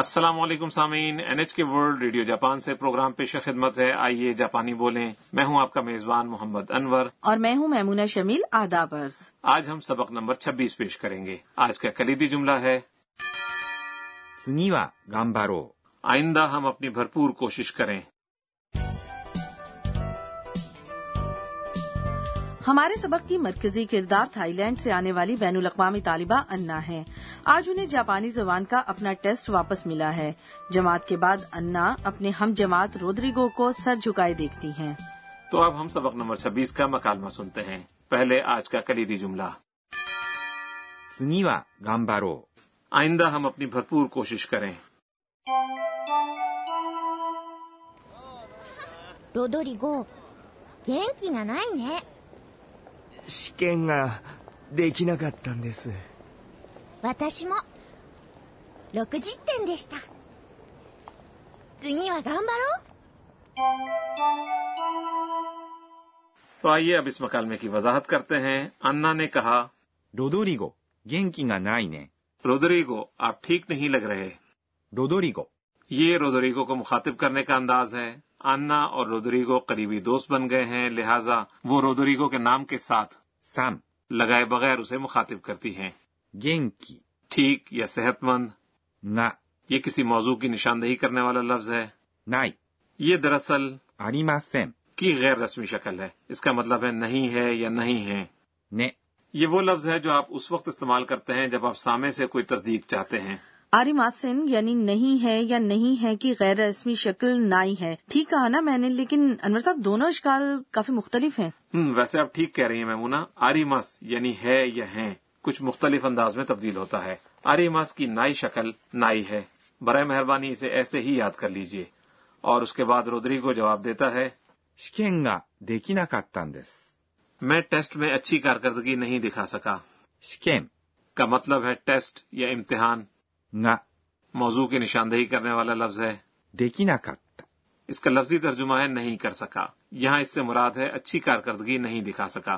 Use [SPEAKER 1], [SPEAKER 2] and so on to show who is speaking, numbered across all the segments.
[SPEAKER 1] السلام علیکم سامعین N H K world radio Japan سے پروگرام پیش خدمت ہے آئیے جاپانی بولیں میں ہوں آپ کا میزبان محمد انور
[SPEAKER 2] اور میں ہوں میمونہ شمیل آدابرز
[SPEAKER 1] آج ہم سبق نمبر 26 پیش کریں گے آج کا کلیدی جملہ ہے
[SPEAKER 3] 次は頑張ろ
[SPEAKER 1] آئندہ ہم اپنی بھرپور کوشش کریں
[SPEAKER 2] ہمارے سبق کی مرکزی کردار تھائی لینڈ سے آنے والی بین الاقوامی طالبہ انا ہے آج انہیں جاپانی زبان کا اپنا ٹیسٹ واپس ملا ہے جماعت کے بعد انا اپنے ہم جماعت رودریگو کو سر جھکائے دیکھتی ہیں
[SPEAKER 1] تو اب ہم سبق نمبر 26 کا مکالمہ سنتے ہیں پہلے آج کا کلیدی جملہ
[SPEAKER 3] う次は頑張ろ
[SPEAKER 1] آئندہ ہم اپنی بھرپور کوشش کریں
[SPEAKER 4] ロドリゴ元気がないね
[SPEAKER 5] 試験ができなかったんです
[SPEAKER 4] 私も60点でした次は頑張ろう
[SPEAKER 1] تو آئیے اب اس مکالمے کی وضاحت کرتے ہیں انا نے کہا
[SPEAKER 3] うロドリゴ元気がないね
[SPEAKER 1] رودریگو آپ ٹھیک نہیں لگ رہے
[SPEAKER 3] ロドリゴ
[SPEAKER 1] یہ رودریگو کو مخاطب کرنے کا انداز ہے انا اور رودریگو قریبی دوست بن گئے ہیں لہٰذا وہ رودریگو کے نام کے ساتھ
[SPEAKER 3] 3
[SPEAKER 1] لگائے بغیر اسے مخاطب کرتی ہیں
[SPEAKER 3] 元気
[SPEAKER 1] ٹھیک یا صحت مند
[SPEAKER 3] が
[SPEAKER 1] یہ کسی موضوع کی نشاندہی کرنے والا لفظ ہے
[SPEAKER 3] ない
[SPEAKER 1] یہ دراصل
[SPEAKER 3] ありません
[SPEAKER 1] کی غیر رسمی شکل ہے اس کا مطلب ہے نہیں ہے یا نہیں ہے
[SPEAKER 3] ね
[SPEAKER 1] یہ وہ لفظ ہے جو آپ اس وقت استعمال کرتے ہیں جب آپ سامنے سے کوئی تصدیق چاہتے ہیں
[SPEAKER 2] آری ماسن یعنی نہیں ہے یا نہیں ہے کی غیر رسمی شکل نائی ہے ٹھیک کہا نا میں نے لیکن انور صاحب دونوں اشکال کافی مختلف ہیں
[SPEAKER 1] ہم، ویسے آپ ٹھیک کہہ رہی ہیں میمونا آری مس یعنی ہے یا ہیں کچھ مختلف انداز میں تبدیل ہوتا ہے آری مس کی نئی شکل نائی ہے برائے مہربانی اسے ایسے ہی یاد کر لیجئے اور اس کے بعد رودری کو جواب دیتا ہے
[SPEAKER 3] 試験ができなかったんです
[SPEAKER 1] میں ٹیسٹ میں اچھی کارکردگی نہیں دکھا سکا
[SPEAKER 3] 試験
[SPEAKER 1] کا مطلب ہے ٹیسٹ یا امتحان
[SPEAKER 3] が
[SPEAKER 1] موضوع کی نشاندہی کرنے والا لفظ ہے
[SPEAKER 3] できなかった
[SPEAKER 1] اس کا لفظی ترجمہ ہے نہیں کر سکا یہاں اس سے مراد ہے اچھی کارکردگی نہیں دکھا سکا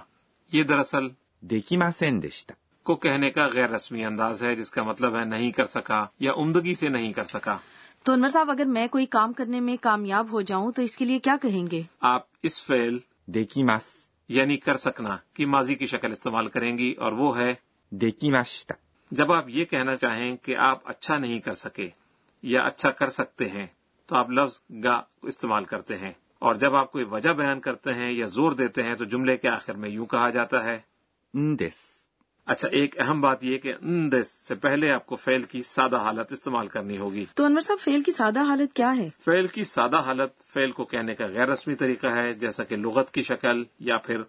[SPEAKER 1] یہ دراصل
[SPEAKER 3] できませんでした
[SPEAKER 1] کو کہنے کا غیر رسمی انداز ہے جس کا مطلب ہے نہیں کر سکا یا عمدگی سے نہیں کر سکا
[SPEAKER 2] تو انور صاحب اگر میں کوئی کام کرنے میں کامیاب ہو جاؤں تو اس کے لیے کیا کہیں گے
[SPEAKER 1] آپ اس فعل
[SPEAKER 3] できます
[SPEAKER 1] یعنی کر سکنا کی ماضی کی شکل استعمال کریں گی اور وہ ہے
[SPEAKER 3] できました
[SPEAKER 1] جب آپ یہ کہنا چاہیں کہ آپ اچھا نہیں کر سکے یا اچھا کر سکتے ہیں تو آپ لفظ گا استعمال کرتے ہیں اور جب آپ کوئی وجہ بیان کرتے ہیں یا زور دیتے ہیں تو جملے کے آخر میں یوں کہا جاتا ہے
[SPEAKER 3] んです
[SPEAKER 1] اچھا ایک اہم بات یہ کہ ان دس سے پہلے آپ کو فعل کی سادہ حالت استعمال کرنی ہوگی
[SPEAKER 2] تو انور صاحب فیل کی سادہ حالت کیا ہے
[SPEAKER 1] فعل کی سادہ حالت فعل کو کہنے کا غیر رسمی طریقہ ہے جیسا کہ لغت کی شکل یا پھر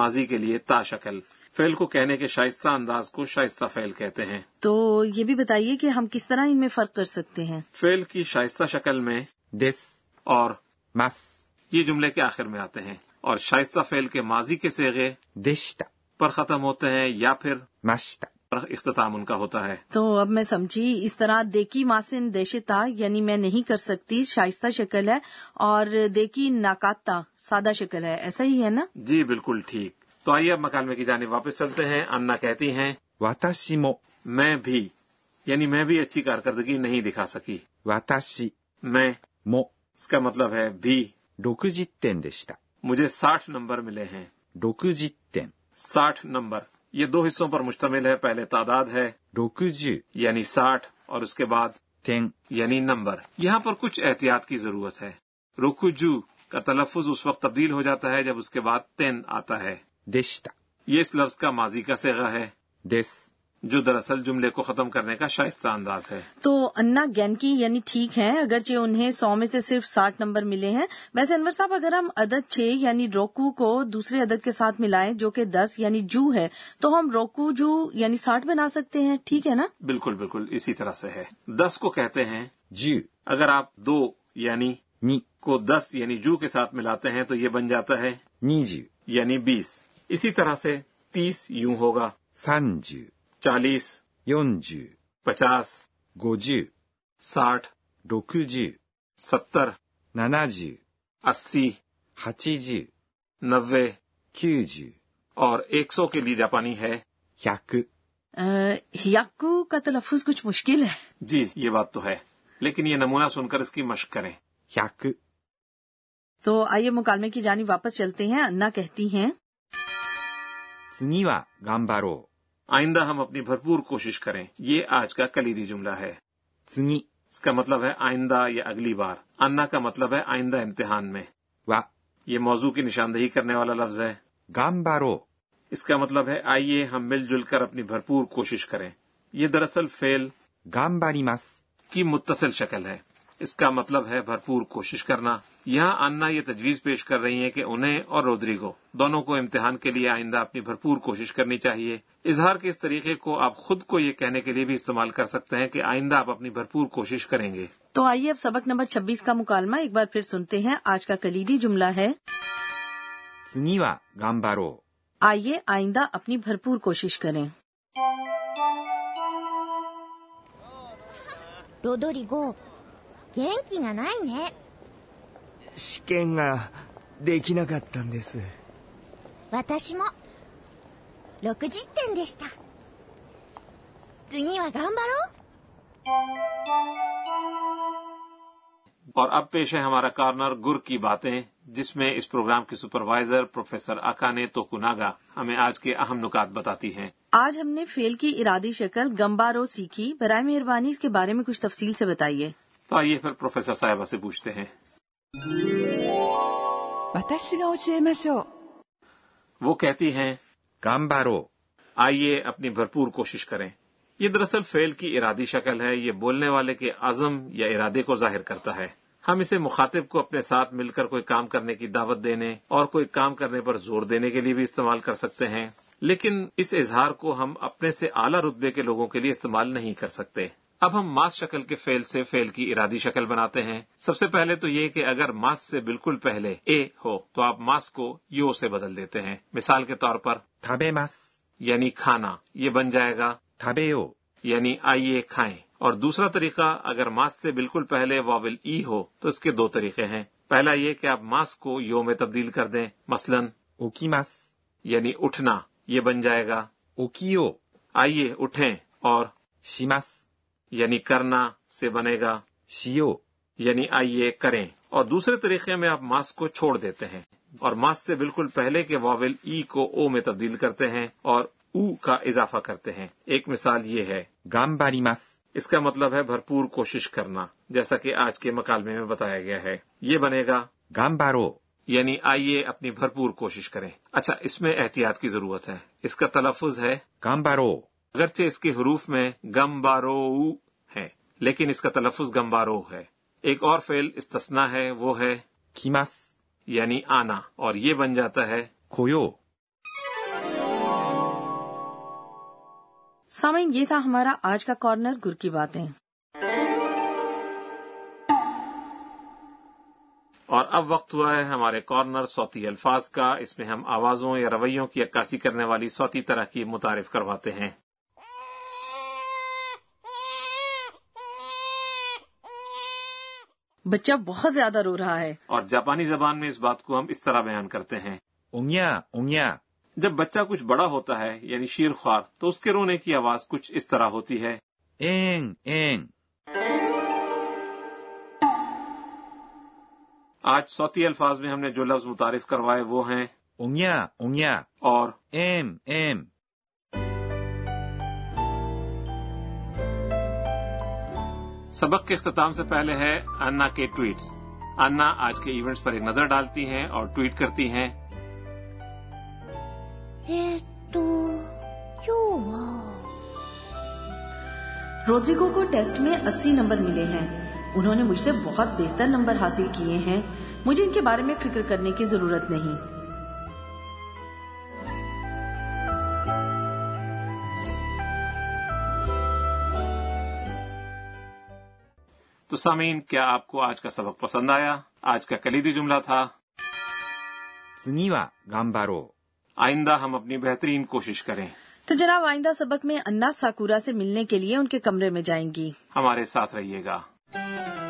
[SPEAKER 1] ماضی کے لیے تا شکل فعل کو کہنے کے شائستہ انداز کو شائستہ فعل کہتے ہیں
[SPEAKER 2] تو یہ بھی بتائیے کہ ہم کس طرح ان میں فرق کر سکتے ہیں
[SPEAKER 1] فعل کی شائستہ شکل میں
[SPEAKER 3] です、
[SPEAKER 1] اور
[SPEAKER 3] ます、
[SPEAKER 1] یہ جملے کے آخر میں آتے ہیں اور شائستہ فعل کے ماضی کے سیغے
[SPEAKER 3] でした、
[SPEAKER 1] پر ختم ہوتے ہیں یا پھر
[SPEAKER 3] ました、
[SPEAKER 1] پر اختتام ان کا ہوتا ہے
[SPEAKER 2] تو اب میں سمجھی اس طرح دیکی ماسن دیشتا یعنی میں نہیں کر سکتی شائستہ شکل ہے اور دیکی ناکاتا سادہ شکل ہے ایسا ہی ہے نا
[SPEAKER 1] جی بالکل ٹھیک تو آئیے اب مکالمے کی جانب واپس چلتے ہیں انا کہتی ہیں
[SPEAKER 3] 私も、
[SPEAKER 1] میں بھی یعنی میں بھی اچھی کارکردگی نہیں دکھا سکی
[SPEAKER 3] 私
[SPEAKER 1] میں
[SPEAKER 3] も
[SPEAKER 1] اس کا مطلب ہے بھی
[SPEAKER 3] 60点でした。
[SPEAKER 1] مجھے ساٹھ نمبر ملے ہیں
[SPEAKER 3] 60点、
[SPEAKER 1] ساٹھ نمبر یہ دو حصوں پر مشتمل ہے پہلے تعداد ہے
[SPEAKER 3] 60
[SPEAKER 1] یعنی ساٹھ اور اس کے بعد
[SPEAKER 3] 点、
[SPEAKER 1] یعنی نمبر یہاں پر کچھ احتیاط کی ضرورت ہے روکو جو کا تلفظ اس وقت تبدیل ہو جاتا ہے جب اس کے بعد تین آتا ہے
[SPEAKER 3] でした、
[SPEAKER 1] یہ اس لفظ کا ماضی کا سیغا ہے
[SPEAKER 3] です、
[SPEAKER 1] جو دراصل جملے کو ختم کرنے کا شائستہ انداز ہے
[SPEAKER 2] تو انا گینکی یعنی ٹھیک ہے اگرچہ انہیں سو میں سے صرف ساٹھ نمبر ملے ہیں ویسے انور صاحب اگر ہم عدد چھ یعنی روکو کو دوسرے عدد کے ساتھ ملائیں جو کہ دس یعنی جو ہے تو ہم روکو جو یعنی ساٹھ بنا سکتے ہیں ٹھیک ہے نا
[SPEAKER 1] بالکل بالکل اسی طرح سے ہے دس کو کہتے ہیں
[SPEAKER 3] 10、
[SPEAKER 1] اگر آپ دو یعنی
[SPEAKER 3] 2、
[SPEAKER 1] کو دس یعنی جو کے ساتھ ملاتے ہیں تو یہ بن جاتا ہے
[SPEAKER 3] 20、
[SPEAKER 1] یعنی بیس اسی طرح سے تیس یوں ہوگا
[SPEAKER 3] 30、
[SPEAKER 1] چالیس
[SPEAKER 3] 40、
[SPEAKER 1] پچاس
[SPEAKER 3] 50、
[SPEAKER 1] ساٹھ
[SPEAKER 3] 60、
[SPEAKER 1] ستر
[SPEAKER 3] 70、
[SPEAKER 1] اسی
[SPEAKER 3] 80、
[SPEAKER 1] نوے
[SPEAKER 3] 90、
[SPEAKER 1] اور ایک سو کے لیے جاپانی ہے
[SPEAKER 3] 100、
[SPEAKER 2] یقو کا تلفظ کچھ مشکل ہے
[SPEAKER 1] جی یہ بات تو ہے لیکن یہ نمونہ سن کر اس کی مشق کریں
[SPEAKER 3] 100、
[SPEAKER 2] تو آئیے مکالمے کی جانب واپس چلتے ہیں انا کہتی ہیں
[SPEAKER 3] 次は頑張ろう。
[SPEAKER 1] آئندہ ہم اپنی بھرپور کوشش کریں یہ آج کا کلیدی جملہ ہے
[SPEAKER 3] 次
[SPEAKER 1] اس کا مطلب ہے آئندہ یا اگلی بار انا کا مطلب ہے آئندہ امتحان میں
[SPEAKER 3] は
[SPEAKER 1] یہ موضوع کی نشاندہی کرنے والا لفظ ہے
[SPEAKER 3] 頑張ろ
[SPEAKER 1] اس کا مطلب ہے آئیے ہم مل جل کر اپنی بھرپور کوشش کریں یہ دراصل فیل
[SPEAKER 3] う。頑張ります。
[SPEAKER 1] کی متصل شکل ہے اس کا مطلب ہے بھرپور کوشش کرنا یہاں آنا یہ تجویز پیش کر رہی ہیں کہ انہیں اور رودریگو دونوں کو امتحان کے لیے آئندہ اپنی بھرپور کوشش کرنی چاہیے اظہار کے اس طریقے کو آپ خود کو یہ کہنے کے لیے بھی استعمال کر سکتے ہیں کہ آئندہ آپ اپنی بھرپور کوشش کریں گے
[SPEAKER 2] تو آئیے اب سبق نمبر 26 کا مکالمہ ایک بار پھر سنتے ہیں آج کا کلیدی جملہ ہے
[SPEAKER 3] 次は頑張ろ
[SPEAKER 2] آئیے آئندہ اپنی بھرپور کوشش کریں
[SPEAKER 4] ロドリゴ元気がないね
[SPEAKER 5] 試験ができなかったんです
[SPEAKER 4] 私も60点でした次は頑張ろう
[SPEAKER 1] اور اب پیش ہے ہمارا کارنر گر کی باتیں جس میں اس پروگرام کی سپروائزر پروفیسر اکانے توکناگا ہمیں آج کے اہم نکات بتاتی ہیں
[SPEAKER 2] آج ہم نے فیل کی ارادی شکل گمبارو سیکھی برائے مہربانی اس کے بارے میں کچھ تفصیل سے بتائیے
[SPEAKER 1] تو آئیے پھر پروفیسر صاحبہ سے پوچھتے ہیں
[SPEAKER 6] 私が教えましょう
[SPEAKER 1] وہ کہتی ہیں
[SPEAKER 3] う。頑張ろ
[SPEAKER 1] آئیے اپنی بھرپور کوشش کریں یہ دراصل فعل کی ارادی شکل ہے یہ بولنے والے کے عزم یا ارادے کو ظاہر کرتا ہے ہم اسے مخاطب کو اپنے ساتھ مل کر کوئی کام کرنے کی دعوت دینے اور کوئی کام کرنے پر زور دینے کے لیے بھی استعمال کر سکتے ہیں لیکن اس اظہار کو ہم اپنے سے اعلیٰ رتبے کے لوگوں کے لیے استعمال نہیں کر سکتے اب ہم ماس شکل کے فعل سے فعل کی ارادی شکل بناتے ہیں سب سے پہلے تو یہ کہ اگر ماس سے بالکل پہلے اے ہو تو آپ ماس کو یو سے بدل دیتے ہیں مثال کے طور پر
[SPEAKER 3] う。食べます。
[SPEAKER 1] یعنی کھانا یہ بن جائے گا
[SPEAKER 3] 食べよ
[SPEAKER 1] یعنی آئیے کھائیں اور دوسرا طریقہ اگر ماس سے بالکل پہلے واول ای ہو تو اس کے دو طریقے ہیں پہلا یہ کہ آپ ماس کو یو میں تبدیل کر دیں مثلا
[SPEAKER 3] う。起きます。
[SPEAKER 1] یعنی اٹھنا یہ بن جائے گا
[SPEAKER 3] 起きよう。
[SPEAKER 1] آئیے اٹھیں اور
[SPEAKER 3] します。
[SPEAKER 1] یعنی کرنا سے بنے گا
[SPEAKER 3] しよ
[SPEAKER 1] یعنی آئیے کریں اور دوسرے طریقے میں آپ ماس کو چھوڑ دیتے ہیں اور ماس سے بالکل پہلے کے واول ای کو او میں تبدیل کرتے ہیں اور او کا اضافہ کرتے ہیں ایک مثال یہ ہے
[SPEAKER 3] う。頑張ります。
[SPEAKER 1] اس کا مطلب ہے بھرپور کوشش کرنا جیسا کہ آج کے مکالمے میں بتایا گیا ہے یہ بنے گا
[SPEAKER 3] 頑張ろ
[SPEAKER 1] یعنی آئیے اپنی بھرپور کوشش کریں اچھا اس میں احتیاط کی ضرورت ہے اس کا تلفظ ہے
[SPEAKER 3] う。頑張ろ
[SPEAKER 1] اگرچہ اس کے حروف میں گم بارو ہے لیکن اس کا تلفظ گم بارو ہے ایک اور فعل استثنا ہے وہ ہے
[SPEAKER 3] う。来ます。
[SPEAKER 1] یعنی آنا اور یہ بن جاتا ہے
[SPEAKER 3] 来よ
[SPEAKER 2] سامعین یہ تھا ہمارا آج کا کارنر گر کی باتیں
[SPEAKER 1] اور اب وقت ہوا ہے ہمارے کارنر صوتی الفاظ کا اس میں ہم آوازوں یا رویوں کی عکاسی کرنے والی صوتی تراکیب متعارف کرواتے ہیں
[SPEAKER 2] بچہ بہت زیادہ رو رہا ہے
[SPEAKER 1] اور جاپانی زبان میں اس بات کو ہم اس طرح بیان کرتے ہیں
[SPEAKER 3] う。おにゃーおにゃ
[SPEAKER 1] جب بچہ کچھ بڑا ہوتا ہے یعنی شیر خوار تو اس کے رونے کی آواز کچھ اس طرح ہوتی ہے
[SPEAKER 3] ー。えーん、えーん。
[SPEAKER 1] آج صوتی الفاظ میں ہم نے جو لفظ متعارف کروائے وہ ہیں
[SPEAKER 3] おにゃーおにゃ
[SPEAKER 1] اور
[SPEAKER 3] ー。えーん、えーん。
[SPEAKER 1] سبق کے اختتام سے پہلے ہے انا کے ٹویٹس انا آج کے ایونٹس پر ایک نظر ڈالتی ہیں اور ٹویٹ کرتی ہیں
[SPEAKER 4] えーっと今日は
[SPEAKER 2] رودریگو کو ٹیسٹ میں اسی نمبر ملے ہیں انہوں نے مجھ سے بہت بہتر نمبر حاصل کیے ہیں مجھے ان کے بارے میں فکر کرنے کی ضرورت نہیں
[SPEAKER 1] تو سامعین کیا آپ کو آج کا سبق پسند آیا آج کا کلیدی جملہ تھا
[SPEAKER 3] 次は頑張ろ
[SPEAKER 1] آئندہ ہم اپنی بہترین کوشش کریں
[SPEAKER 2] تو جناب آئندہ سبق میں انا ساکورا سے ملنے کے لیے ان کے کمرے میں جائیں گی
[SPEAKER 1] ہمارے ساتھ رہیے گا
[SPEAKER 3] う。